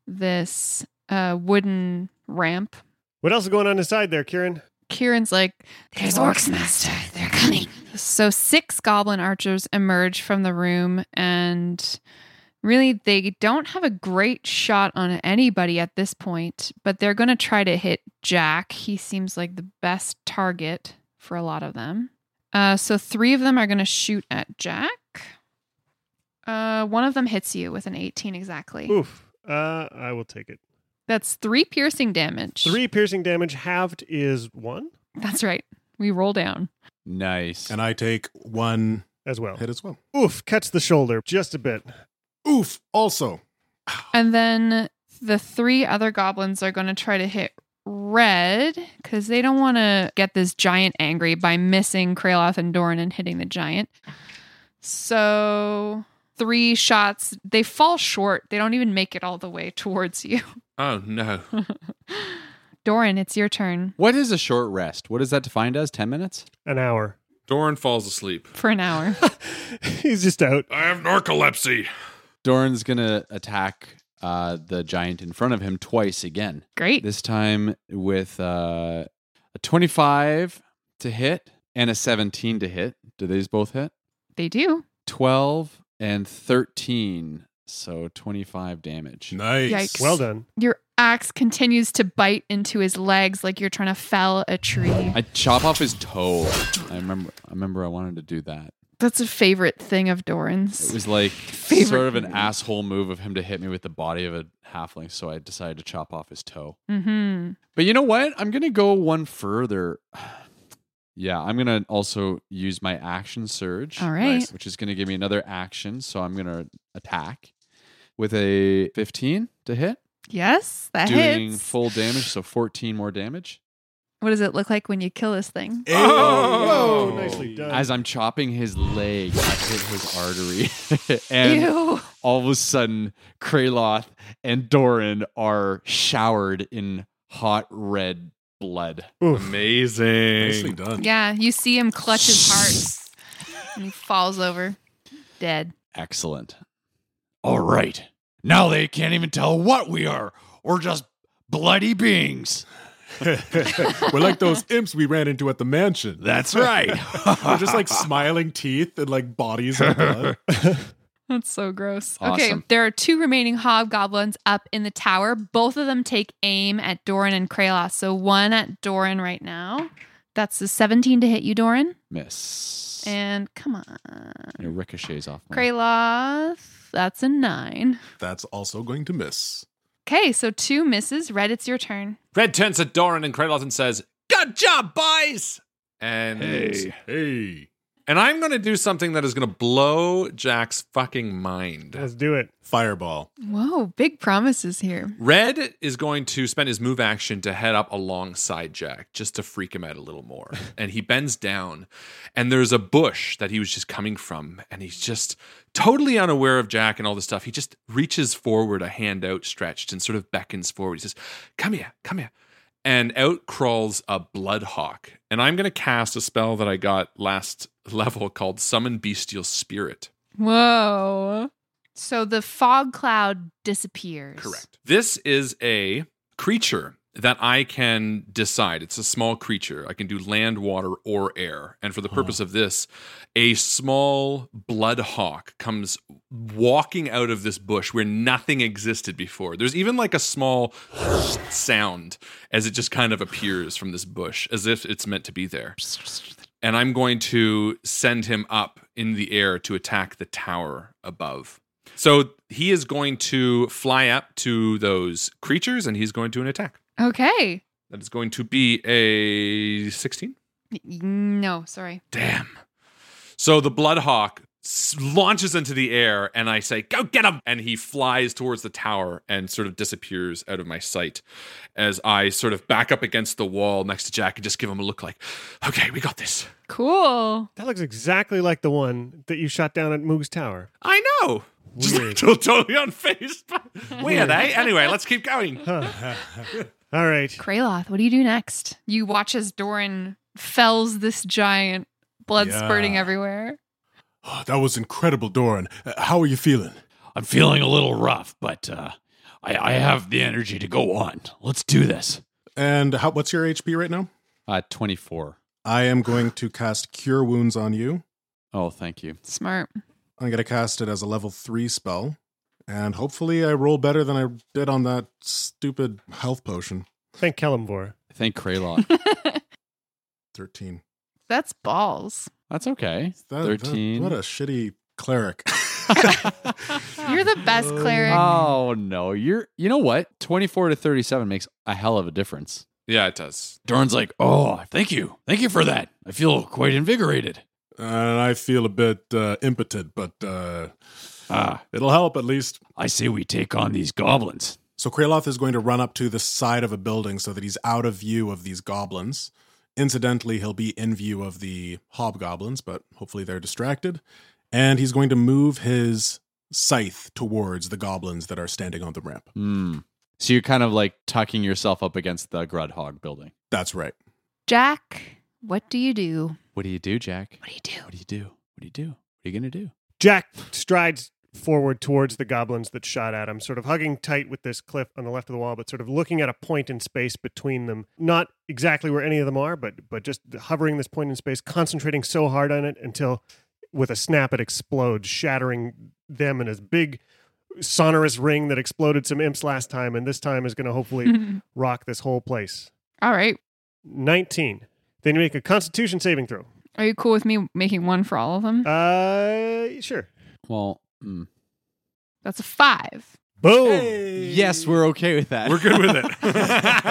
E: this uh, wooden ramp.
B: What else is going on inside there, Kieran?
E: Kieran's like
H: There's orcs, master. They're coming.
E: So six goblin archers emerge from the room and really they don't have a great shot on anybody at this point, but they're going to try to hit Jack. He seems like the best target for a lot of them. Uh, so three of them are going to shoot at Jack. Uh, one of them hits you with an 18 exactly.
B: Oof. Uh, I will take it.
E: That's three piercing damage.
B: Three piercing damage halved is one
E: That's right. We roll down.
G: Nice.
C: And I take one
B: as well.
C: hit as well.
B: Oof. Cuts the shoulder just a bit.
C: Oof. Also.
E: And then the three other goblins are going to try to hit red because they don't want to get this giant angry by missing Kraloth and Doran and hitting the giant. So three shots. They fall short. They don't even make it all the way towards you. <laughs>
F: Oh no.
E: Doran, it's your turn
G: what is a short rest? What is that defined as? 10 minutes?
B: An hour. <laughs>
F: Doran falls asleep.
E: for an
G: <laughs>
E: hour.
B: He's just out.
D: I have narcolepsy.
G: Doran's going to attack uh, the giant in front of him twice again.
E: Great.
G: This time with uh, a 25 to hit and a 17 to hit. Do these both hit?
E: They do.
G: 12 and 13. So 25 damage.
C: Nice.
E: Yikes.
B: Well done.
E: Your axe continues to bite into his legs like you're trying to fell a tree.
G: I chop off his toe. I remember I remember I wanted to do that.
E: That's a favorite thing of Doran's.
G: It was like
E: Favorite
G: sort of an
E: move.
G: asshole move of him to hit me with the body of a halfling, so I decided to chop off his toe.
E: mm-hmm.
G: But you know what? I'm going to go one further. Yeah, I'm going to also use my action surge.
E: All right. Nice.
G: Which is going to give me another action. So I'm going to attack with a 15 to hit,
E: Yes, that
G: doing
E: hits.
G: full damage. So 14 more damage.
E: what does it look like when you kill this thing?
C: Oh.
B: Whoa, nicely done.
G: As I'm chopping his leg, I hit his artery. <laughs> and
E: Ew.
G: all of a sudden, Kraloth and Doran are showered in hot red blood.
B: Oof.
C: Nicely
F: Amazing.
C: done.
E: Yeah, you see him clutch his heart and he falls over dead.
G: Excellent. All right. Now they can't even tell what we are. We're just bloody beings.
C: <laughs> We're like those imps we ran into at the mansion.
I: That's
G: <laughs>
I: right.
C: <laughs> We're just like smiling teeth and like bodies
F: <laughs>
C: of blood.
E: That's so gross. Okay,
C: Awesome.
E: there are two remaining hobgoblins up in the tower. Both of them take aim at Doran and Kralos. So one at Doran right now. That's a 17 to hit you, Doran.
G: Miss.
E: And come on.
G: And it ricochets off. my-
E: Kralos, that's a nine.
C: That's also going to miss.
E: Okay, so two misses. Red, it's your turn.
F: Red turns to Doran and Kralos and says, Good job, boys! And
D: Hey,
F: hey. And I'm going to do something that is going to blow Jack's fucking mind.
B: Let's do it.
C: Fireball.
E: Whoa, big promises here.
F: Red is going to spend his move action to head up alongside Jack just to freak him out a little more. and he bends down, and there's a bush that he was just coming from, and he's just totally unaware of Jack and all this stuff. He just reaches forward, a hand outstretched, and sort of beckons forward. He says, Come here, come here. And out crawls a bloodhawk. And I'm going to cast a spell that I got last <laughs> level called Summon Bestial Spirit.
E: Whoa. So the fog cloud disappears.
F: Correct. This is a creature that I can decide. It's a small creature. I can do land, water, or air. And for the purpose of this, a small blood hawk comes walking out of this bush where nothing existed before. There's even like a small <laughs> sound as it just kind of appears from this bush, as if it's meant to be there. And I'm going to send him up in the air to attack the tower above. So he is going to fly up to those creatures and he's going to an attack.
E: Okay.
F: That is going to be a 16.
E: Y- No, sorry.
F: Damn. So the Bloodhawk s- launches into the air and I say, Go get him! And he flies towards the tower and sort of disappears out of my sight as I sort of back up against the wall next to Jack and just give him a look like, Okay, we got this.
E: Cool.
B: That looks exactly like the one that you shot down at Moog's Tower.
F: I know. Just
B: Weird.
F: <laughs> totally unfazed. <laughs> by- Weird, eh? Anyway, let's keep going.
B: All right.
E: Kraloth, what do you do next? You watch as Doran fells this giant, blood
C: Yeah.
E: spurting everywhere.
C: Oh, that was incredible, Doran. Uh, How are you feeling?
I: I'm feeling a little rough, but uh, I, I have the energy to go on. Let's do this.
C: And how, what's your HP right now?
G: Uh, 24.
C: I am going to cast Cure Wounds on you.
G: Oh, thank you.
E: Smart.
C: I'm going to cast it as a level three spell. And hopefully I roll better than I did on that stupid health potion.
B: Thank Kellamvor.
E: <laughs>
G: Thank Kralot.
C: 13.
E: That's balls.
G: That's okay.
C: That- that-
G: 13.
C: what a shitty cleric. <laughs>
E: You're
G: <laughs>
E: the best cleric.
G: Oh no, you're you know what? 24 to 37 makes a hell of a difference.
F: Yeah, it does.
I: Doran's like, oh, thank you. Thank you for that. I feel quite invigorated.
C: and I feel a bit uh, impotent, but uh,
I: Ah,
C: it'll help at least.
I: I say we take on these goblins.
C: So Kraloth is going to run up to the side of a building so that he's out of view of these goblins. Incidentally, he'll be in view of the hobgoblins, but hopefully they're distracted. And he's going to move his scythe towards the goblins that are standing on the ramp.
G: Hmm. So you're kind of like tucking yourself up against the Grudhog building.
C: That's right.
E: Jack, what do you do?
G: What do you do, Jack? What do you do? What do you do? What do you do? What are you gonna do?
B: Jack strides forward towards the goblins that shot at him, sort of hugging tight with this cliff on the left of the wall, but sort of looking at a point in space between them. Not exactly where any of them are, but but just hovering this point in space, concentrating so hard on it until with a snap it explodes, shattering them in this big sonorous ring that exploded some imps last time, and this time is gonna
E: <laughs>
B: hopefully rock this whole place.
E: All right.
B: Nineteen. Then you make a constitution saving throw.
E: Are you cool with me making one for all of them?
B: Uh sure.
G: Well, mm.
E: That's a five.
B: Boom.
G: yes, we're okay with that.
F: We're good with it.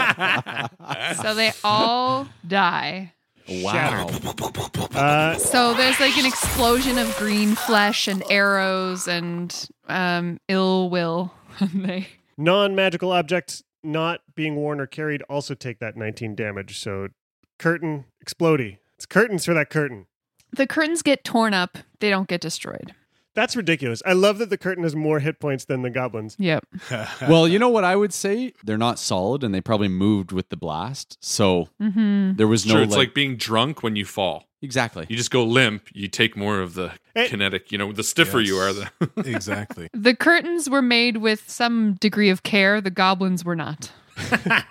G: <laughs>
E: So they all die.
G: wow.
B: Uh,
E: So there's like an explosion of green flesh and arrows and um, ill will. <laughs> And they
B: Non-magical objects not being worn or carried also take that 19 damage. So curtain explodey. It's curtains for that curtain.
E: the curtains get torn up. They don't get destroyed.
B: That's ridiculous. I love that the curtain has more hit points than the
E: <laughs>
B: goblins.
E: Yep.
G: well, you know what I would say? They're not solid and they probably moved with the blast. So
E: Mm-hmm.
G: there was no
F: sure, it's
G: like,
F: like being drunk when you fall.
G: exactly.
F: You just go limp. You take more of the
B: Eh.
F: kinetic. You know, the stiffer you are, the
C: <laughs> exactly.
E: The curtains were made with some degree of care. The goblins were not.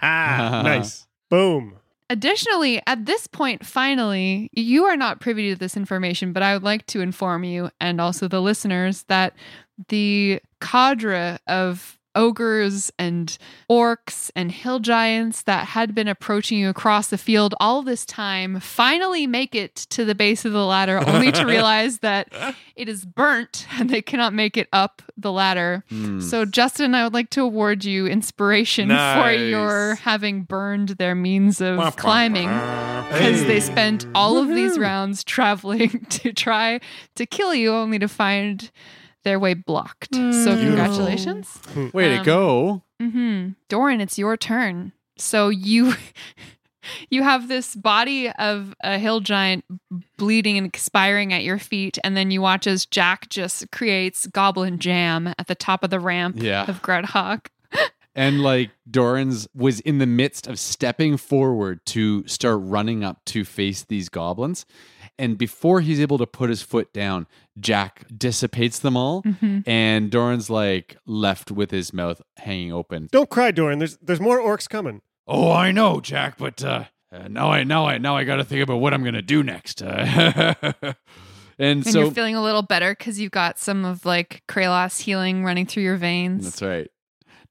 B: nice. Boom.
E: Additionally, at this point, finally, you are not privy to this information, but I would like to inform you and also the listeners that the cadre of ogres and orcs and hill giants that had been approaching you across the field all this time finally make it to the base of the ladder, only to realize that it is burnt and they cannot make it up the ladder.
G: Hmm.
E: So, Justin, I would like to award you inspiration for your having burned their means of climbing because they spent all of these rounds traveling <laughs> to try to kill you, only to find their way blocked. So,
G: Beautiful.
E: congratulations.
G: Way to
E: Um,
G: go.
E: Mm-hmm. Doran, it's your turn. So you <laughs> you have this body of a hill giant bleeding and expiring at your feet, and then you watch as Jack just creates goblin jam at the top of the ramp
G: Yeah.
E: of Grudhawk.
G: And like Doran's was in the midst of stepping forward to start running up to face these goblins. And before he's able to put his foot down, Jack dissipates them all.
E: Mhm.
G: And Doran's like left with his mouth hanging open.
B: Don't cry, Doran. There's there's more orcs coming.
I: Oh, I know, Jack, but uh, uh, now I now I now I got to think about what I'm gonna do next. Uh,
G: <laughs> And
E: And
G: so
E: you're feeling a little better because you've got some of like Kralos healing running through your veins.
G: That's right.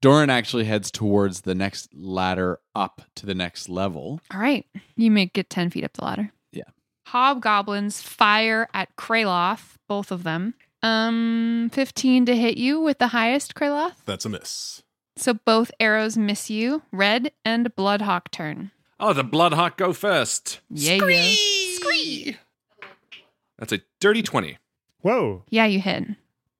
G: Doran actually heads towards the next ladder up to the next level.
E: All right. You may get 10 feet up the ladder.
G: Yeah.
E: Hobgoblins fire at Kraloth, both of them. Um, 15 to hit you with the highest Kraloth.
C: That's a miss.
E: So both arrows miss you. Red and Bloodhawk turn.
F: Oh, the Bloodhawk go first.
E: Yeah, yeah. Scree!
F: That's a dirty 20.
B: Whoa.
E: Yeah, you hit.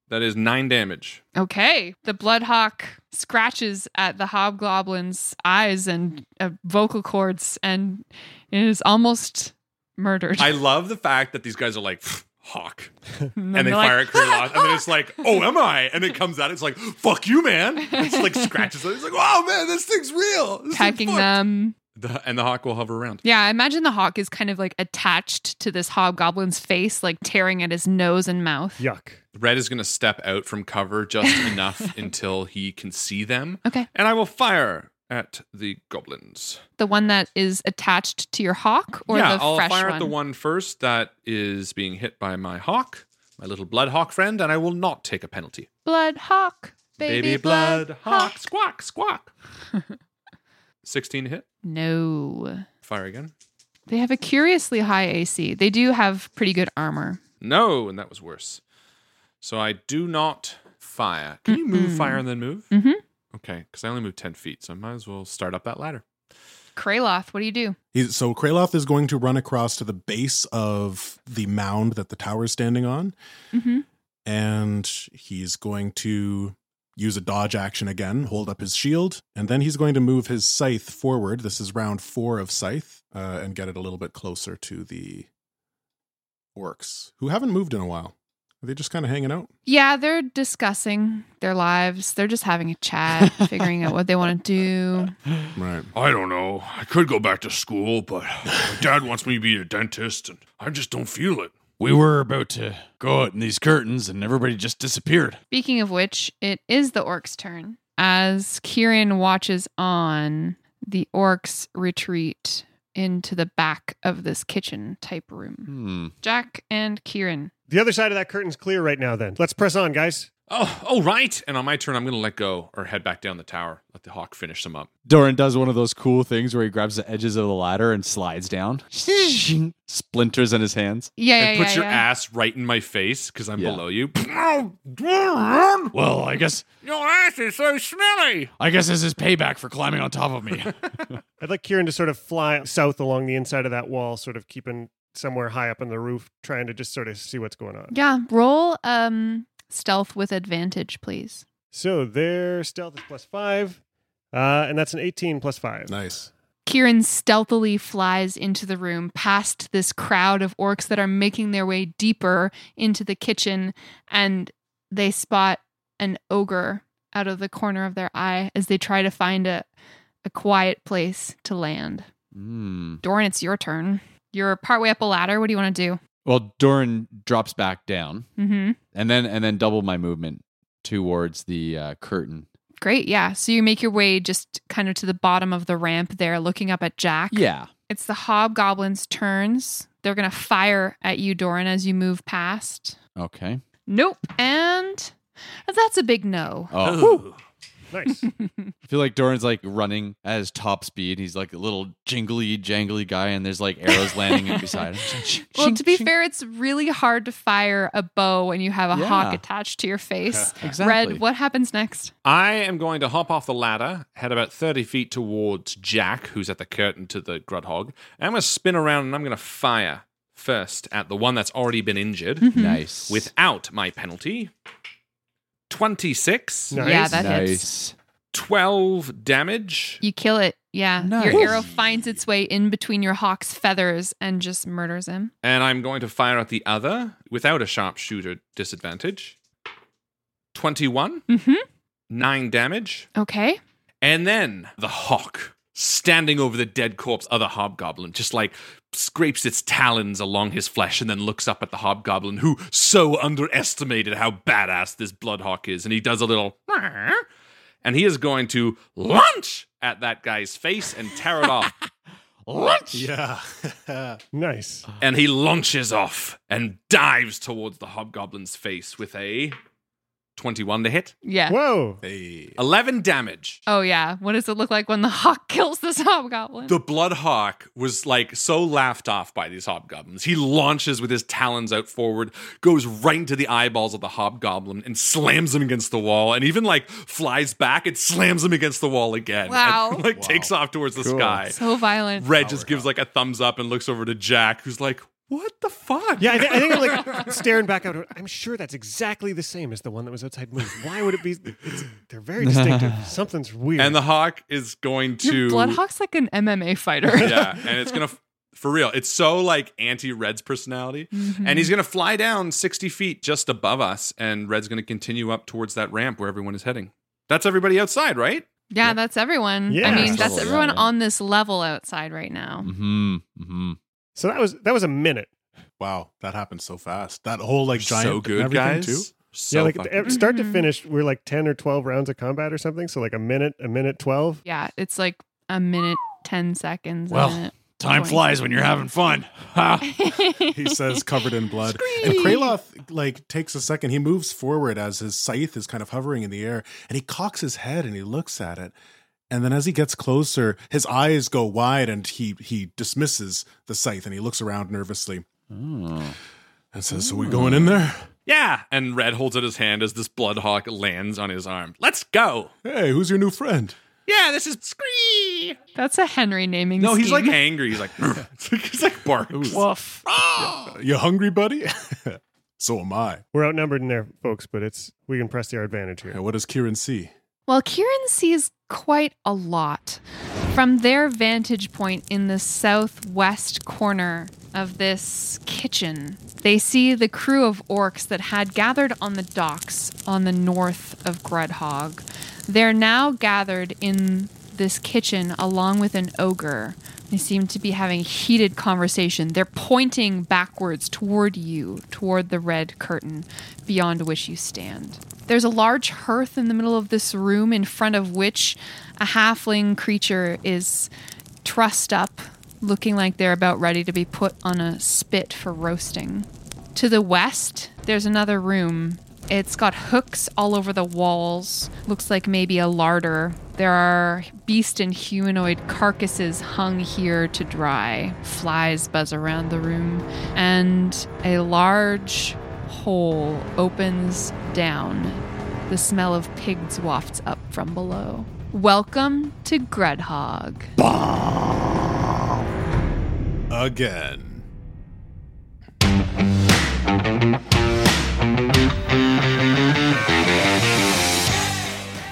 F: That is nine damage.
E: Okay. The Bloodhawk scratches at the Hobgoblin's eyes and uh, vocal cords and is almost murdered.
F: I love the fact that these guys are like, "Pfft,
E: <laughs>
F: Hawk.
E: And
F: and they
E: they're like,
F: fire
E: <laughs>
F: at Kraloth, and then it's like, "Oh, am I?" And it comes out. It's like, "Fuck you, man!" It's
E: <laughs>
F: like scratches. It. It's like, "Wow, man, this thing's real." This thing's
E: <laughs> Packing
F: fucked."
E: them.
F: The- and the hawk will hover around.
E: Yeah, I imagine the hawk is kind of like attached to this hobgoblin's face, like tearing at his nose and mouth.
B: Yuck.
F: Red is going to step out from
E: <laughs>
F: cover just enough until he can see them.
E: Okay.
F: And I will fire at the goblins.
E: The one that is attached to your hawk or
F: yeah,
E: the
F: I'll
E: fresh
F: fire
E: one?
F: at the one first that is being hit by my hawk, my little blood hawk friend, and I will not take a penalty.
E: Blood hawk. Baby,
F: Baby
E: blood,
F: blood
E: hawk.
F: hawk,
E: <laughs>
F: squawk, squawk. 16 to hit.
E: No.
F: Fire again.
E: They have a curiously high AC. They do have pretty good armor.
F: No, and that was worse. So I do not fire. Can you move
E: Mm-mm.
F: fire and then move?
E: Mm-hmm.
F: Okay, because I only moved 10 feet, so I might as well start up that ladder.
E: Kraloth, what do you do?
C: He's, so Kraloth is going to run across to the base of the mound that the tower is standing on,
E: Mm-hmm.
C: and he's going to use a dodge action again, hold up his shield, and then he's going to move his scythe forward. This is round four of scythe, uh, and get it a little bit closer to the orcs who haven't moved in a while. Are they just kind of hanging out?
E: Yeah, they're discussing their lives. They're just having a chat, figuring out what they want to do.
C: Right.
D: I don't know. I could go back to school, but my dad wants me to be a dentist, and I just don't feel it.
I: we were about to go out in these curtains, and everybody just disappeared.
E: Speaking of which, it is the orc's turn as Kieran watches on the orcs retreat into the back of this kitchen type room.
G: Hmm.
E: Jack and Kieran.
B: The other side of that curtain's clear right now, then. Let's press on, guys.
F: Oh, oh, right. And on my turn, I'm going to let go or head back down the tower. Let the hawk finish them up.
G: Doran does one of those cool things where he grabs the edges of the ladder and slides down. <laughs> Splinters in his hands.
E: Yeah,
F: and
E: yeah,
F: puts
E: yeah,
F: your
E: yeah.
F: ass right in my face because I'm below you.
D: Oh, Doran!
I: Well, I guess
D: <laughs> Your ass is so smelly!
I: I guess this is payback for climbing on top of me.
B: I'd like Kieran to sort of fly south along the inside of that wall, sort of keeping somewhere high up on the roof, trying to just sort of see what's going on.
E: Yeah, roll um stealth with advantage, please.
B: So their stealth is plus five, uh, and that's an 18 plus five.
C: Nice.
E: Kieran stealthily flies into the room past this crowd of orcs that are making their way deeper into the kitchen, and they spot an ogre out of the corner of their eye as they try to find a, a quiet place to land.
G: <laughs> Hmm.
E: Doran, it's your turn. You're partway up a ladder. What do you want to
G: Well, Doran drops back down
E: do? Mm-hmm.
G: and then and then double my movement towards the uh, curtain.
E: Great. Yeah. So you make your way just kind of to the bottom of the ramp there, looking up at Jack.
G: Yeah.
E: It's the hobgoblins' turns. They're going to fire at you, Doran, as you move past.
G: Okay.
E: Nope. And that's a big no.
G: Oh.
B: Nice.
G: I feel like Doran's like running at his top speed. He's like a little jingly jangly guy, and there's like
E: <laughs>
G: arrows landing in beside him. <laughs>
E: Well, to be fair, it's really hard to fire a bow when you have a hawk
F: Yeah.
E: attached to your
F: <laughs>
E: face.
F: Exactly.
E: Red, what happens next?
F: I am going to hop off the ladder, head about 30 feet towards Jack, who's at the curtain to the Grudhog. And I'm going to spin around and I'm going to fire first at the one that's already been injured.
E: Mhm.
G: Nice.
F: Without my penalty. 26.
E: Nice. Yeah, that hits. Nice.
F: 12 damage.
E: You kill it. Yeah.
F: Nice.
E: Your arrow finds its way in between your hawk's feathers and just murders him.
F: And I'm going to fire at the other without a sharpshooter disadvantage. 21.
E: Mm-hmm.
F: 9 damage.
E: Okay.
F: And then the hawk, standing over the dead corpse of the hobgoblin, just like scrapes its talons along his flesh and then looks up at the hobgoblin, who so underestimated how badass this bloodhawk is. And he does a little, "Meow," and he is going to launch at that guy's face and tear it off.
B: Lunch.
C: Yeah.
B: nice.
C: Uh,
F: And he launches off and dives towards the hobgoblin's face with a 21 to hit.
E: Yeah.
B: Whoa.
F: 11 damage.
E: Oh, yeah. What does it look like when the hawk <laughs> kills this hobgoblin?
F: The Bloodhawk was like so laughed off by these hobgoblins. He launches with his talons out forward, goes right into the eyeballs of the hobgoblin, and slams him against the wall, and even like flies back and slams him against the wall again.
E: Wow.
F: And, <laughs> like takes off towards the sky.
E: so violent.
F: Red just gives like a thumbs up and looks over to Jack, who's like, What the fuck?
B: Yeah, I, th- I think
C: <laughs>
B: I'm like staring back out. I'm sure that's exactly the same as the one that was outside Moon. Why would it be? It's, they're very distinctive. Something's weird.
F: <laughs> And the hawk is going to
E: Bloodhawk's like an MMA fighter.
C: <laughs>
F: yeah, and it's gonna f- for real. It's so like anti Red's personality,
E: Mhm.
F: and he's gonna fly down sixty feet just above us, and Red's gonna continue up towards that ramp where everyone is heading. That's everybody outside, right?
E: <laughs> Yeah, that's everyone.
F: Yeah.
E: I mean,
F: Next
E: that's
F: level,
E: everyone
F: yeah.
E: on this level outside right now.
G: Mm-hmm. Mm-hmm.
B: So that was that was a minute.
C: Wow, that happened so fast. That whole like
F: So
C: giant and
F: good,
C: everything,
F: guys.
C: too.
F: So
B: yeah, like
F: fucking
B: at the-
F: good.
B: start to
E: Mhm.
B: finish, we're like ten or twelve rounds of combat or something. So like a minute, a minute twelve.
E: Yeah, it's like a minute, 10 seconds. a
I: Well,
E: minute,
I: time
E: 20.
I: flies when you're having fun. <laughs> Ha.
C: he says covered in blood. And Kraloth like takes a second. He moves forward as his scythe is kind of hovering in the air and he cocks his head and he looks at it. And then as he gets closer, his eyes go wide and he he dismisses the scythe and he looks around nervously.
G: Oh.
C: And says, So we going in there?
F: Yeah, and Red holds out his hand as this Bloodhawk lands on his arm. Let's go.
C: Hey, who's your new friend?
F: Yeah, this is Scree.
E: That's a Henry naming.
F: No, he's
E: scheme.
F: like
C: <laughs>
F: angry. <laughs> He's like, it's like- it's like barks.
I: Woof.
C: You hungry, buddy? so am I.
B: We're outnumbered in there, folks, but it's we can press our advantage here.
C: And what does Kieran see?
E: Well, Kieran sees quite a lot from their vantage point in the southwest corner of this kitchen. They see the crew of orcs that had gathered on the docks on the north of Grudhog. They're now gathered in this kitchen along with an ogre. They seem to be having heated conversation. They're pointing backwards toward you, toward the red curtain beyond which you stand. There's a large hearth in the middle of this room, in front of which a halfling creature is trussed up, looking like they're about ready to be put on a spit for roasting. To the west, there's another room. It's got hooks all over the walls. Looks like maybe a larder. There are beast and humanoid carcasses hung here to dry. Flies buzz around the room. And a large hole opens down the smell of pigs wafts up from below. Welcome to Grudhog.
C: Again.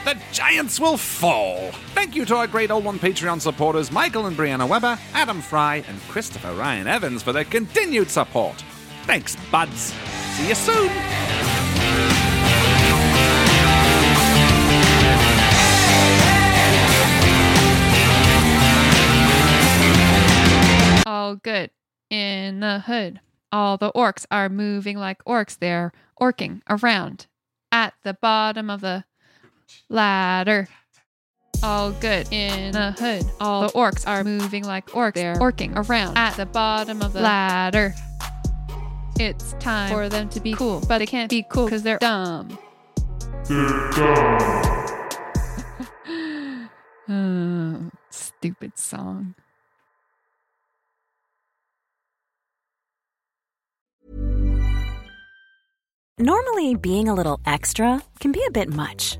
A: The giants will fall. Thank you to our great old one Patreon supporters, Michael and Brianna Weber, Adam Fry, and Christopher Ryan Evans for their continued support. Thanks, buds. See you soon.
E: All good in the hood. All the orcs are moving like orcs. They're orking around at the bottom of the ladder. All good in a hood. All the orcs are moving like orcs. They're orking around at the bottom of the ladder. It's time for them to be cool, but they can't be cool because they're dumb. Uh, <laughs> stupid song.
J: Normally, being a little extra can be a bit much,